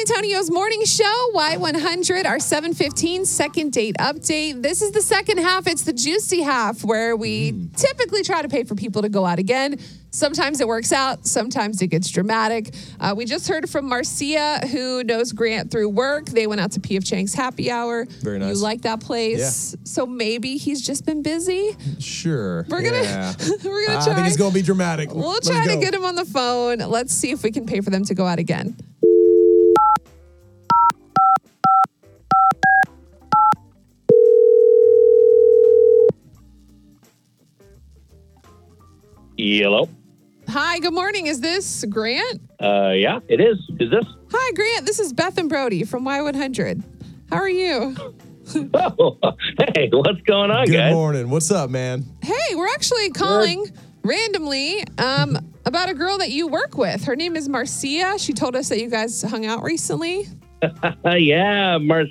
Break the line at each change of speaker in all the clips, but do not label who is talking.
Antonio's morning show, Y100, our 715 second date update. This is the second half. It's the juicy half where we
Mm.
typically try to pay for people to go out again. Sometimes it works out, sometimes it gets dramatic. Uh, we just heard from Marcia, who knows Grant through work. They went out to P.F. Chang's happy hour.
Very nice.
You like that place. So maybe he's just been busy.
Sure.
We're gonna-
Yeah.
we're gonna
I think it's
try.
gonna be dramatic.
We'll
Let's
try to
go.
get him on the phone. Let's see if we can pay for them to go out again.
Hello.
Hi, good morning. Is this Grant?
Uh, yeah, it is. Is this?
Hi, Grant. This is Beth and Brody from Y100. How are you?
Oh, hey, what's going on,
Good
guys?
morning. What's up, man?
Hey, we're actually calling randomly um, about a girl that you work with. Her name is Marcia. She told us that you guys hung out recently.
Uh, yeah, Marcia.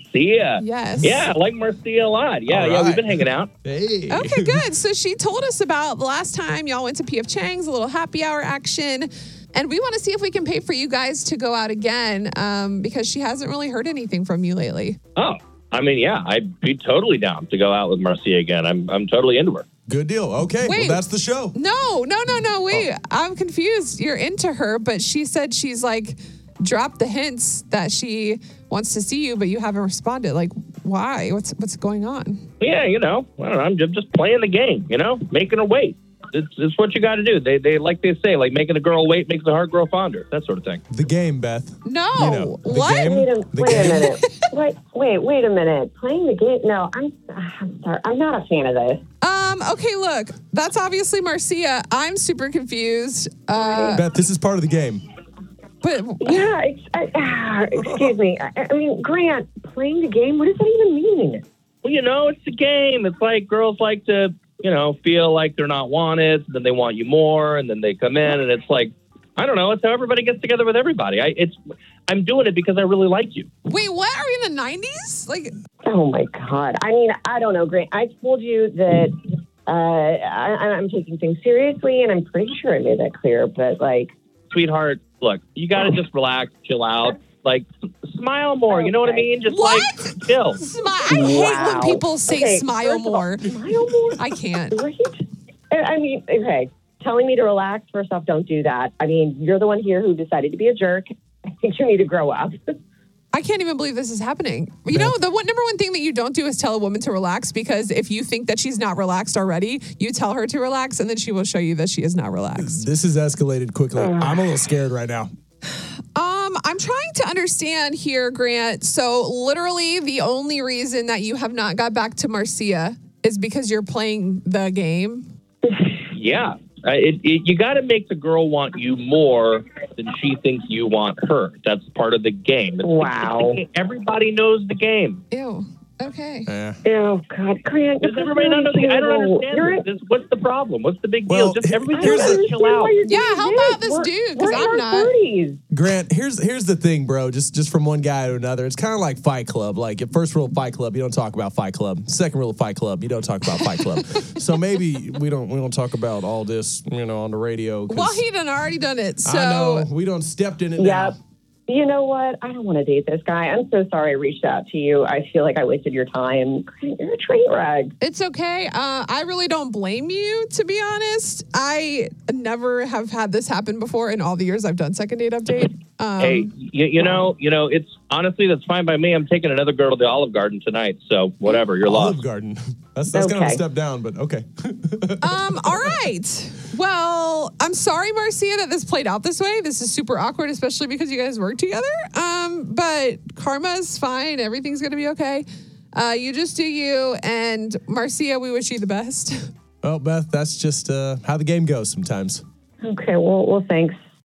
Yes.
Yeah, I like Marcia a lot. Yeah,
All
yeah,
right.
we've been hanging out.
Hey.
Okay, good. So she told us about the last time y'all went to P.F. Chang's, a little happy hour action. And we want to see if we can pay for you guys to go out again um, because she hasn't really heard anything from you lately.
Oh, I mean, yeah, I'd be totally down to go out with Marcia again. I'm, I'm totally into her.
Good deal. Okay.
Wait.
Well, that's the show.
No, no, no, no. Wait,
Oh.
I'm confused. You're into her, but she said she's like dropped the hints that she wants to see you, but you haven't responded. Like, why? What's what's going on?
Yeah, you know, I don't know. I'm just, just playing the game, you know, making her wait. It's, it's what you got to do. They, they, like they say, like making a girl wait makes the heart grow fonder, that sort of thing.
The game, Beth.
No,
You know, the
what?
game.
Wait a,
The
wait a
game.
minute. wait, wait, wait a minute. Playing the game? No, I'm, I'm sorry. I'm not a fan of this.
Um. Okay, look, that's obviously Marcia. I'm super confused. Uh,
Beth, this is part of the game.
but
Yeah, it's, I, ah, excuse me. I, I mean, Grant, playing the game? What does that even mean?
Well, you know, it's the game. It's like girls like to, you know, feel like they're not wanted, then they want you more, and then they come in, and it's like, I don't know. It's how everybody gets together with everybody. I, it's, I'm doing it because I really like you.
wait, what? Are we in the '90s? Like,
Oh my God. I mean, I don't know, Grant. I told you that uh, I, I'm taking things seriously, and I'm pretty sure I made that clear. But like,
sweetheart, look, you got to
Oh.
just relax, chill out, like s- smile more. You know what I
Okay.
mean? Just
What?
like chill.
smi- I hate when
Wow.
people say
Okay,
"smile
first of all-
more."
smile more.
I can't.
Right? I I mean, okay. Telling me to relax, first off, don't do that. I mean, you're the one here who decided to be a jerk. I think you need to grow up.
I can't even believe this is happening. You know, the one number one thing that you don't do is tell a woman to relax because if you think that she's not relaxed already, you tell her to relax and then she will show you that she is not relaxed.
This has escalated quickly. I'm a little scared right now.
Um, I'm trying to understand here, Grant. So literally the only reason that you have not got back to Marcia is because you're playing the game.
Yeah. Uh, it, it, you got to make the girl want you more than she thinks you want her. That's part of the game. It's-
Wow.
Everybody knows the game.
Ew. Okay.
Yeah.
Oh, God. Grant,
Does everybody not know the game? I don't understand.
You're
this. This- What's the problem? What's the big deal?
Well,
just everybody
here's
just
the-
chill out.
Yeah, how about this dude? 'Cause I'm not.
Grant, here's here's the thing, bro. Just just from one guy to another, it's kind of like Fight Club. Like, at first rule of Fight Club, you don't talk about Fight Club. Second rule of Fight Club, you don't talk about Fight Club. so maybe we don't we don't talk about all this, you know, on the radio. 'cause
Well, he done already done it. So
I know we don't stepped in it.
Yep.
Now.
You know what? I don't want to date this guy. I'm so sorry I reached out to you. I feel like I wasted your time. Grant, you're a train wreck.
It's okay. Uh, I really don't blame you, to be honest. I never have had this happen before in all the years I've done second date update. Um,
Hey, you, you know, you know, it's honestly that's fine by me. I'm taking another girl to the Olive Garden tonight, so whatever. You're lost.
Olive Garden. That's that's kind of a
Okay.
step down, but okay.
Um, all right. Well, I'm sorry, Marcia, that this played out this way. This is super awkward, especially because you guys work together. Um, but karma's fine. Everything's gonna be okay. Uh, you just do you, and Marcia, we wish you the best.
Well, Beth, that's just uh, how the game goes sometimes.
Okay, well, well, thanks